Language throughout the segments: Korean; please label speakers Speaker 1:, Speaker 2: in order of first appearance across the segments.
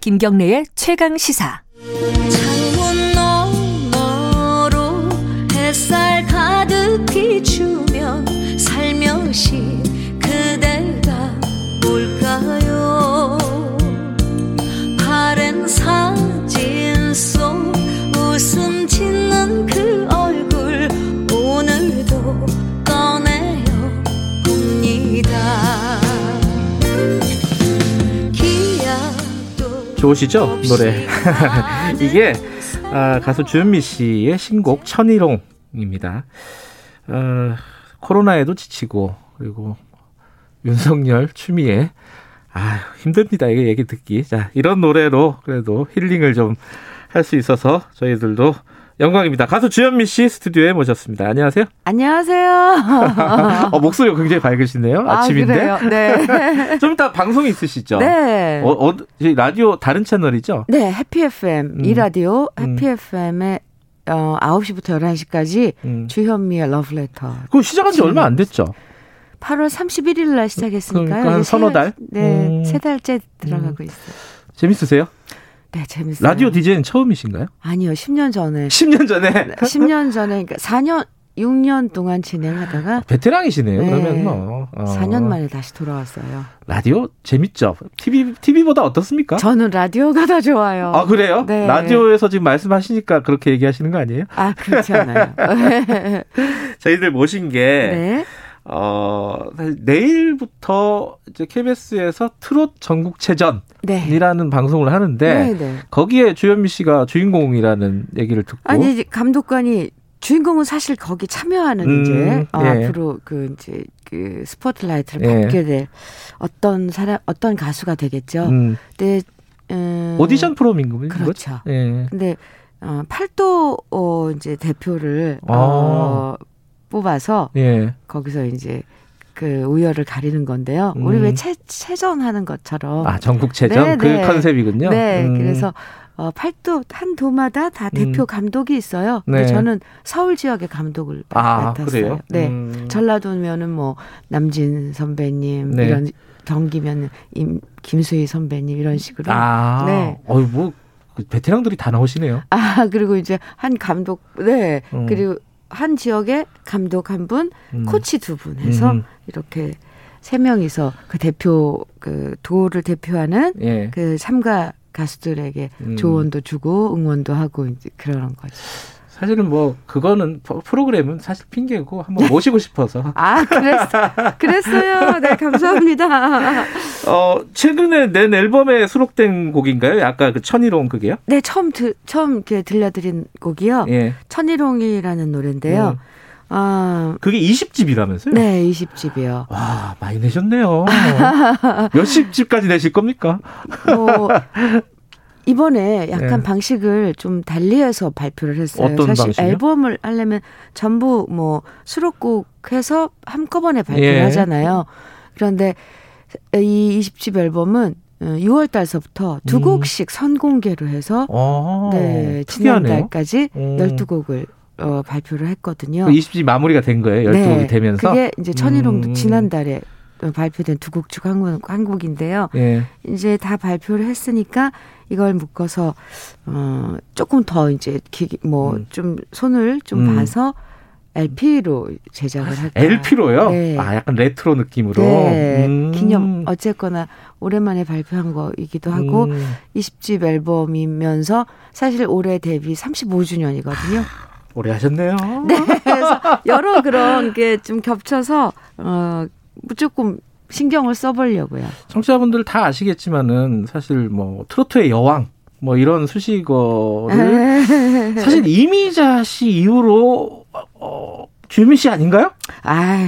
Speaker 1: 김경래의 최강 시사.
Speaker 2: 창문 너머로 햇살 가득 비추면 살며시 그대가 올까요 바른 사진 속 웃음 짓는 그 얼굴 오늘도 꺼내요 봅니다 기억도
Speaker 3: 좋으시죠? 노래. 이게 아, 가수 주현미 씨의 신곡 천일홍입니다. 어, 코로나에도 지치고 그리고 윤석열, 추미애 아 힘듭니다. 이게 얘기 듣기. 자 이런 노래로 그래도 힐링을 좀 할 수 있어서 저희들도 영광입니다. 가수 주현미 씨 스튜디오에 모셨습니다. 안녕하세요.
Speaker 4: 안녕하세요.
Speaker 3: 어, 목소리가 굉장히 밝으시네요.
Speaker 4: 아,
Speaker 3: 아침인데.
Speaker 4: 그래요? 네.
Speaker 3: 좀 이따 방송 있으시죠?
Speaker 4: 네.
Speaker 3: 어, 어, 저희 라디오 다른 채널이죠?
Speaker 4: 네, 해피 FM
Speaker 3: 음.
Speaker 4: 이 라디오
Speaker 3: 음.
Speaker 4: 해피 FM의 어 9시부터 11시까지
Speaker 3: 음.
Speaker 4: 주현미의 러브레터.
Speaker 3: 그거 시작한 지 얼마 안 됐죠?
Speaker 4: 8월 31일 날 시작했으니까요.
Speaker 3: 그러니까 한
Speaker 4: 이게 세
Speaker 3: 서너 달?
Speaker 4: 네,
Speaker 3: 음.
Speaker 4: 세 달째 들어가고 있어요.
Speaker 3: 재밌으세요?
Speaker 4: 네, 재밌어요.
Speaker 3: 라디오 DJ는 처음이신가요? 네.
Speaker 4: 아니요, 10년 전에.
Speaker 3: 10년 전에
Speaker 4: 10년 전에 그러니까 4년 6년 동안 진행하다가
Speaker 3: 베테랑이시네요.
Speaker 4: 네.
Speaker 3: 그러면 뭐 어,
Speaker 4: 4년 만에 다시 돌아왔어요.
Speaker 3: 라디오 재밌죠. TV TV보다 어떻습니까?
Speaker 4: 저는 라디오가 더 좋아요.
Speaker 3: 아 그래요?
Speaker 4: 네.
Speaker 3: 라디오에서 지금 말씀하시니까 그렇게 얘기하시는 거 아니에요?
Speaker 4: 아, 그렇잖아요.
Speaker 3: 저희들 모신 게
Speaker 4: 네.
Speaker 3: 어, 사실 내일부터 이제 KBS에서 트롯 전국체전이라는
Speaker 4: 네.
Speaker 3: 방송을 하는데
Speaker 4: 네, 네.
Speaker 3: 거기에 주현미 씨가 주인공이라는 얘기를 듣고
Speaker 4: 아니 이제 감독관이 주인공은 사실 거기 참여하는
Speaker 3: 음,
Speaker 4: 이제 어,
Speaker 3: 예.
Speaker 4: 앞으로 그 이제 그 스포트라이트를
Speaker 3: 예.
Speaker 4: 받게 될 어떤 사람 어떤 가수가 되겠죠.
Speaker 3: 음,
Speaker 4: 근데 음,
Speaker 3: 오디션 프로인 거죠?
Speaker 4: 그렇죠.
Speaker 3: 예.
Speaker 4: 근데 어, 팔도 어, 이제 대표를
Speaker 3: 아.
Speaker 4: 어, 뽑아서
Speaker 3: 예.
Speaker 4: 거기서 이제 그 우열을 가리는 건데요. 우리
Speaker 3: 음.
Speaker 4: 왜 채, 채전하는 것처럼
Speaker 3: 아 전국체전
Speaker 4: 네,
Speaker 3: 그
Speaker 4: 네.
Speaker 3: 컨셉이군요.
Speaker 4: 네,
Speaker 3: 음.
Speaker 4: 그래서 어, 팔도 한 도마다 다 대표
Speaker 3: 음.
Speaker 4: 감독이 있어요. 근데
Speaker 3: 네.
Speaker 4: 저는 서울 지역의 감독을
Speaker 3: 아
Speaker 4: 맡았어요.
Speaker 3: 그래요?
Speaker 4: 네,
Speaker 3: 음.
Speaker 4: 전라도면은 뭐 남진 선배님
Speaker 3: 네.
Speaker 4: 이런 경기면 임, 김수희 선배님 이런 식으로. 아.
Speaker 3: 아,
Speaker 4: 네.
Speaker 3: 어유 뭐그 베테랑들이 다 나오시네요.
Speaker 4: 아, 그리고 이제 한 감독, 네,
Speaker 3: 음.
Speaker 4: 그리고 한 지역의 감독 한 분,
Speaker 3: 음.
Speaker 4: 코치 두 분 해서
Speaker 3: 음.
Speaker 4: 이렇게 세 명이서 그 대표 그 도를 대표하는
Speaker 3: 예.
Speaker 4: 그 참가 가수들에게
Speaker 3: 음.
Speaker 4: 조언도 주고 응원도 하고 이제 그러는 거죠.
Speaker 3: 사실은 뭐 그거는 프로- 프로그램은 사실 핑계고 한번 모시고 싶어서.
Speaker 4: 아, 그랬어. 그랬어요. 네, 감사합니다.
Speaker 3: 어 최근에 낸 앨범에 수록된 곡인가요? 아까 그 천일홍 그게요?
Speaker 4: 네, 처음 들, 처음 이렇게 들려드린 곡이요.
Speaker 3: 예.
Speaker 4: 천일홍이라는
Speaker 3: 음.
Speaker 4: 노래인데요. 아,
Speaker 3: 그게 20집이라면서요?
Speaker 4: 네, 20집이요.
Speaker 3: 와 많이 내셨네요. 몇십 집까지 내실 겁니까?
Speaker 4: 뭐, 이번에 약간
Speaker 3: 예.
Speaker 4: 방식을 좀 달리해서 발표를 했어요.
Speaker 3: 어떤
Speaker 4: 사실
Speaker 3: 방식이요?
Speaker 4: 앨범을 하려면 전부 뭐 수록곡 해서 한꺼번에 발표를
Speaker 3: 예.
Speaker 4: 하잖아요. 그런데 이 20집 앨범은 6월 달서부터 두
Speaker 3: 음.
Speaker 4: 곡씩 선공개로 해서
Speaker 3: 어.
Speaker 4: 네,
Speaker 3: 특이하네요.
Speaker 4: 지난달까지
Speaker 3: 음. 그
Speaker 4: 12곡을 어, 발표를 했거든요.
Speaker 3: 20집 마무리가 된 거예요. 12곡이
Speaker 4: 네,
Speaker 3: 되면서.
Speaker 4: 그게 이제 천일홍도
Speaker 3: 음.
Speaker 4: 지난달에 어, 발표된 두 곡 중 한 곡, 한 곡인데요.
Speaker 3: 예.
Speaker 4: 이제 다 발표를 했으니까 이걸 묶어서 어, 조금 더 이제 뭐
Speaker 3: 음.
Speaker 4: 좀 손을 좀
Speaker 3: 음. 아,
Speaker 4: 봐서 LP로 제작을 할까.
Speaker 3: LP로요?
Speaker 4: 네.
Speaker 3: 아, 약간 레트로 느낌으로.
Speaker 4: 네,
Speaker 3: 음.
Speaker 4: 기념 어쨌거나 오랜만에 발표한 거이기도 하고
Speaker 3: 음.
Speaker 4: 20집 앨범이면서 사실 올해 데뷔 35주년이거든요.
Speaker 3: 아. 오래 하셨네요.
Speaker 4: 그래서 여러 그런 게 좀 겹쳐서 어 조금 신경을 써보려고요.
Speaker 3: 청취자분들 다 아시겠지만은 사실 뭐 트로트의 여왕 뭐 이런 수식어를 사실 이미자 씨 이후로 어, 어, 주민 씨 아닌가요?
Speaker 4: 아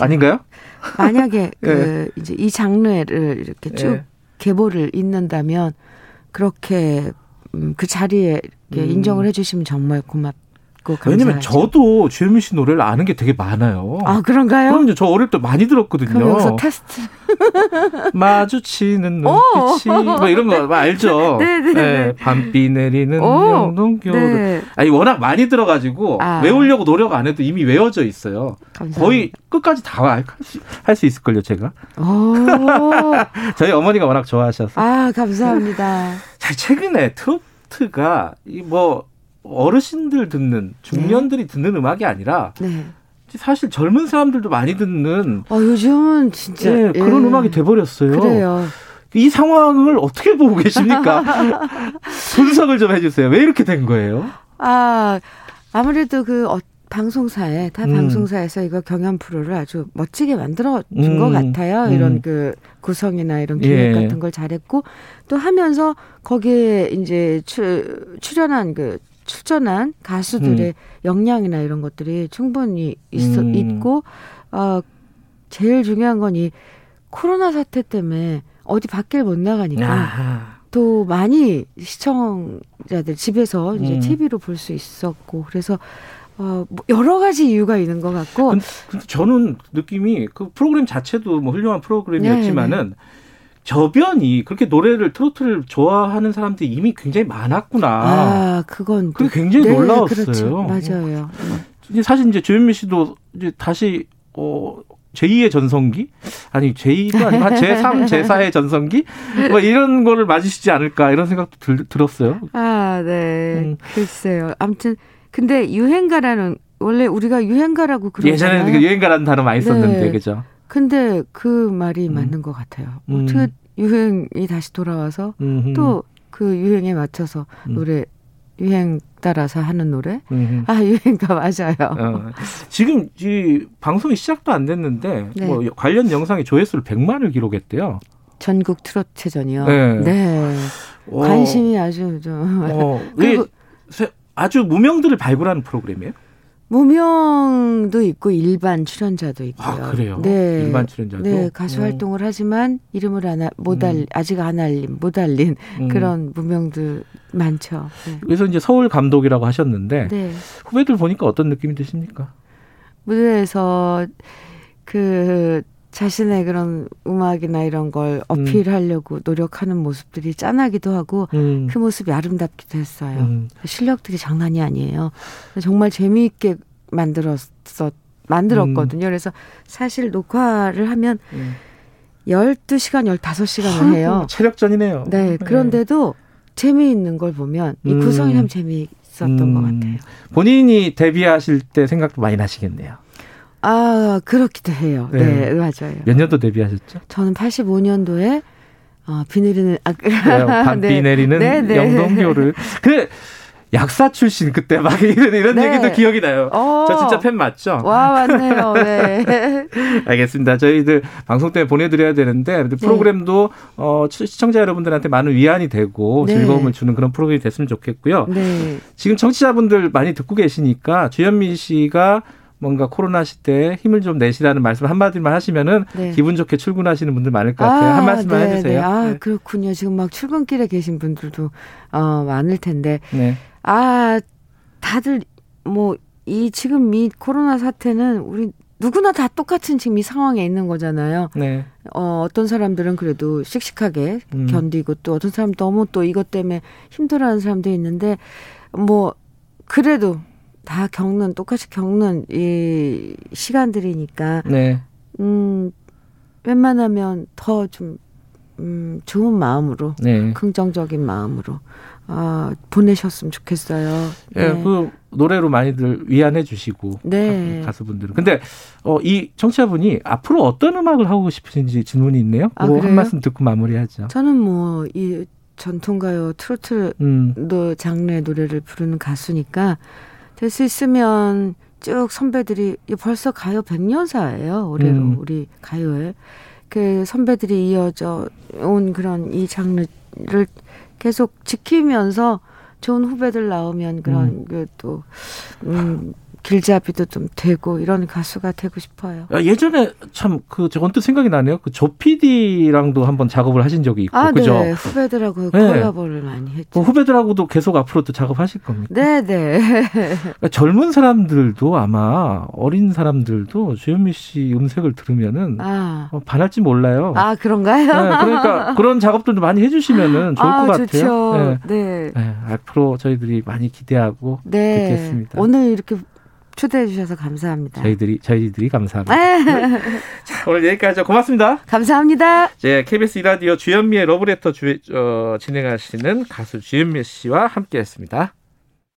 Speaker 3: 아닌가요?
Speaker 4: 만약에 그 이제 이 장르를 이렇게 쭉
Speaker 3: 예.
Speaker 4: 계보를 잇는다면 그렇게 음, 그 자리에 이렇게
Speaker 3: 음.
Speaker 4: 인정을 해주시면 정말 고맙고 감사하죠.
Speaker 3: 왜냐면 저도 주현미 씨 노래를 아는 게 되게 많아요.
Speaker 4: 아 그런가요?
Speaker 3: 그럼요. 저 어릴 때 많이
Speaker 4: 그럼 여기서
Speaker 3: 들었거든요.
Speaker 4: 테스트.
Speaker 3: 마주치는 눈빛이 뭐 이런 거막 알죠.
Speaker 4: 네, 네, 네.
Speaker 3: 예, 밤비 내리는
Speaker 4: 오,
Speaker 3: 영동교도
Speaker 4: 네,
Speaker 3: 아니 워낙 많이 들어가지고
Speaker 4: 아.
Speaker 3: 외우려고 노력 안 해도 이미 외워져 있어요.
Speaker 4: 감사합니다.
Speaker 3: 거의 끝까지 다할수 할수 있을걸요 제가.
Speaker 4: 오,
Speaker 3: 저희 어머니가 워낙 좋아하셔서.
Speaker 4: 아 감사합니다.
Speaker 3: 자, 최근에 트로트가 이 뭐 어르신들 듣는 중년들이 듣는 음악이 아니라
Speaker 4: 네.
Speaker 3: 사실 젊은 사람들도 많이 듣는
Speaker 4: 어, 요즘은 진짜
Speaker 3: 예, 그런 음악이 돼버렸어요.
Speaker 4: 그래요.
Speaker 3: 이 상황을 어떻게 보고 계십니까? 분석을 좀 해주세요. 왜 이렇게 된 거예요?
Speaker 4: 아, 아무래도 그 어, 방송사에, 타
Speaker 3: 음.
Speaker 4: 방송사에서 이거 경연 프로를 아주 멋지게 만들어준
Speaker 3: 음.
Speaker 4: 것 같아요. 이런
Speaker 3: 음.
Speaker 4: 그 구성이나 이런 기획
Speaker 3: 예.
Speaker 4: 같은 걸 잘했고, 또 하면서 거기에 이제 출, 출연한 그 출전한 가수들의 역량이나 이런 것들이 충분히 있어,
Speaker 3: 음.
Speaker 4: 있고, 어, 제일 중요한 건 이 코로나 사태 때문에 어디 밖에 못 나가니까
Speaker 3: 아,
Speaker 4: 또 많이 시청자들 집에서 이제
Speaker 3: 음.
Speaker 4: TV로 볼 수 있었고 그래서 어, 뭐 여러 가지 이유가 있는 것 같고
Speaker 3: 근데 근데 저는 느낌이 그 프로그램 자체도 뭐 훌륭한
Speaker 4: 네,
Speaker 3: 프로그램이었지만은 저변이 그렇게 노래를 트로트를 좋아하는 사람들이 이미 굉장히 많았구나.
Speaker 4: 아, 그건 또-
Speaker 3: 그게 굉장히
Speaker 4: 네,
Speaker 3: 놀라웠어요. 음.
Speaker 4: 그렇죠. 맞아요.
Speaker 3: 이제 사실 이제 조현미 씨도 이제 다시 어 제2의 전성기 아니 제2가 아니라 제3, 제4의 전성기 뭐 이런 거를 맞으시지 않을까 이런 생각도 들, 들었어요.
Speaker 4: 아, 네.
Speaker 3: 음.
Speaker 4: 글쎄요. 아무튼 근데 유행가라는 원래 우리가 유행가라고 그러잖아요.
Speaker 3: 예전에는 그 여행가라는 단어 많이
Speaker 4: 네.
Speaker 3: 썼는데 그죠?
Speaker 4: 근데 그 말이
Speaker 3: 음.
Speaker 4: 맞는 것 같아요. 뭐
Speaker 3: 음.
Speaker 4: 어떻게 유행이 다시 돌아와서
Speaker 3: 음흠.
Speaker 4: 또 그 유행에 맞춰서
Speaker 3: 음.
Speaker 4: 노래 유행 따라서 하는 노래?
Speaker 3: 음흠.
Speaker 4: 아, 유행가 맞아요.
Speaker 3: 어. 지금 이 방송이 시작도 안 됐는데
Speaker 4: 네.
Speaker 3: 뭐 관련 영상이 조회수를 100만을 기록했대요.
Speaker 4: 전국 트롯체전이요.
Speaker 3: 네.
Speaker 4: 네.
Speaker 3: 어,
Speaker 4: 관심이 아주 좀
Speaker 3: 어,
Speaker 4: 그리고-
Speaker 3: 이게 세- 아주 무명들을 발굴하는 프로그램이에요.
Speaker 4: 무명도 있고 일반 출연자도 있고요.
Speaker 3: 아 그래요?
Speaker 4: 네.
Speaker 3: 일반 출연자도
Speaker 4: 네, 가수
Speaker 3: 어,
Speaker 4: 활동을 하지만 이름을 안, 알- 못 알,
Speaker 3: 음.
Speaker 4: 아직 안 알린, 못 알린
Speaker 3: 음.
Speaker 4: 그런 무명들 많죠. 네.
Speaker 3: 그래서 이제 서울 감독이라고 하셨는데
Speaker 4: 네.
Speaker 3: 후배들 보니까 어떤 느낌이 드십니까?
Speaker 4: 무대에서 그 자신의 그런 음악이나 이런 걸 어필하려고 노력하는 모습들이 짠하기도 하고
Speaker 3: 음.
Speaker 4: 그 모습이 아름답기도 했어요.
Speaker 3: 음.
Speaker 4: 그 실력들이 장난이 아니에요. 정말 재미있게 만들었어 만들었거든요. 그래서 사실 녹화를 하면
Speaker 3: 음.
Speaker 4: 12시간, 15시간을 해요.
Speaker 3: 아이고, 그렇죠. 체력전이네요.
Speaker 4: 네. 그런데도 재미있는 걸 보면 이
Speaker 3: 음.
Speaker 4: 구성이 참 재미있었던
Speaker 3: 음.
Speaker 4: 것 같아요.
Speaker 3: 본인이 데뷔하실 때 생각도 많이 나시겠네요.
Speaker 4: 아, 그렇기도 해요.
Speaker 3: 네.
Speaker 4: 네, 맞아요.
Speaker 3: 몇 년도 데뷔하셨죠? 저는
Speaker 4: 85년도에 어, 비 내리는 아,
Speaker 3: 밤비
Speaker 4: 네.
Speaker 3: 내리는
Speaker 4: 네, 네.
Speaker 3: 영동교를. 그 약사 출신 그때 막 이런 이런
Speaker 4: 네.
Speaker 3: 얘기도 기억이 나요.
Speaker 4: 어.
Speaker 3: 저 진짜 팬 맞죠?
Speaker 4: 와, 맞네요. 네.
Speaker 3: 알겠습니다. 저희들 방송 때문에 보내드려야 되는데 근데
Speaker 4: 네.
Speaker 3: 프로그램도 어, 시- 시청자 여러분들한테 많은 위안이 되고
Speaker 4: 네.
Speaker 3: 즐거움을 주는 그런 프로그램이 됐으면 좋겠고요.
Speaker 4: 네.
Speaker 3: 지금 청취자분들 많이 듣고 계시니까 주현민 씨가 뭔가 코로나 시대에 힘을 좀 내시라는 말씀 한마디만 하시면은
Speaker 4: 네.
Speaker 3: 기분 좋게 출근하시는 분들 많을 것 같아요. 한 말씀만
Speaker 4: 네,
Speaker 3: 해주세요.
Speaker 4: 네. 아,
Speaker 3: 네.
Speaker 4: 그렇군요. 지금 막 출근길에 계신 분들도 어, 많을 텐데.
Speaker 3: 네.
Speaker 4: 아, 다들 뭐, 이 지금 이 코로나 사태는 우리 누구나 다 똑같은 지금 이 상황에 있는 거잖아요.
Speaker 3: 네.
Speaker 4: 어, 어떤 사람들은 그래도 씩씩하게
Speaker 3: 음.
Speaker 4: 견디고 또 어떤 사람 너무 또 이것 때문에 힘들어하는 사람도 있는데 뭐, 그래도 다 겪는, 똑같이 겪는 이 시간들이니까
Speaker 3: 네.
Speaker 4: 음, 웬만하면 더 좀, 음, 좋은 마음으로,
Speaker 3: 네.
Speaker 4: 긍정적인 마음으로, 아, 보내셨으면 좋겠어요.
Speaker 3: 예, 그 노래로 많이들 위안해 주시고
Speaker 4: 네.
Speaker 3: 가- 가수분들은. 근데 어, 이 청취자분이 앞으로 어떤 음악을 하고 싶으신지 질문이 있네요.
Speaker 4: 아,
Speaker 3: 그거 한
Speaker 4: 그래요?
Speaker 3: 말씀 듣고 마무리하죠.
Speaker 4: 저는 뭐, 이 전통가요 트로트
Speaker 3: 음.
Speaker 4: 노- 장르의 노래를 부르는 가수니까, 될 수 있으면 쭉 선배들이, 이거 벌써 가요 100년사예요, 올해로,
Speaker 3: 음.
Speaker 4: 우리 가요에. 그 선배들이 이어져 온 그런 이 장르를 계속 지키면서 좋은 후배들 나오면 그런 그또 음, 길잡이도 좀 되고 이런 가수가 되고 싶어요.
Speaker 3: 아, 예전에 참 그 언뜻 생각이 나네요. 그 조피디랑도 한번 작업을 하신 적이 있고
Speaker 4: 아,
Speaker 3: 어, 그죠?
Speaker 4: 네. 후배들하고
Speaker 3: 네.
Speaker 4: 콜라보를 많이
Speaker 3: 그
Speaker 4: 했죠.
Speaker 3: 후배들하고도 계속 앞으로 또 작업하실 겁니까?
Speaker 4: 네, 네.
Speaker 3: 그러니까 젊은 사람들도 아마 어린 사람들도 주현미 씨 음색을 들으면은
Speaker 4: 아.
Speaker 3: 어, 반할지 몰라요.
Speaker 4: 아, 그런가요?
Speaker 3: 네, 그러니까 그런 작업들도 많이 해주시면은 좋을
Speaker 4: 아,
Speaker 3: 것 같아요.
Speaker 4: 좋죠.
Speaker 3: 네.
Speaker 4: 네.
Speaker 3: 네, 앞으로 저희들이 많이 기대하고
Speaker 4: 네.
Speaker 3: 듣겠습니다.
Speaker 4: 오늘 이렇게 초대해 주셔서 감사합니다.
Speaker 3: 저희들이 저희들이 감사합니다.
Speaker 4: 아,
Speaker 3: 오늘 여기까지 고맙습니다.
Speaker 4: 감사합니다.
Speaker 3: 제 KBS 이라디오 주현미의 러브레터 주, 어, 진행하시는 가수 주현미 씨와 함께했습니다.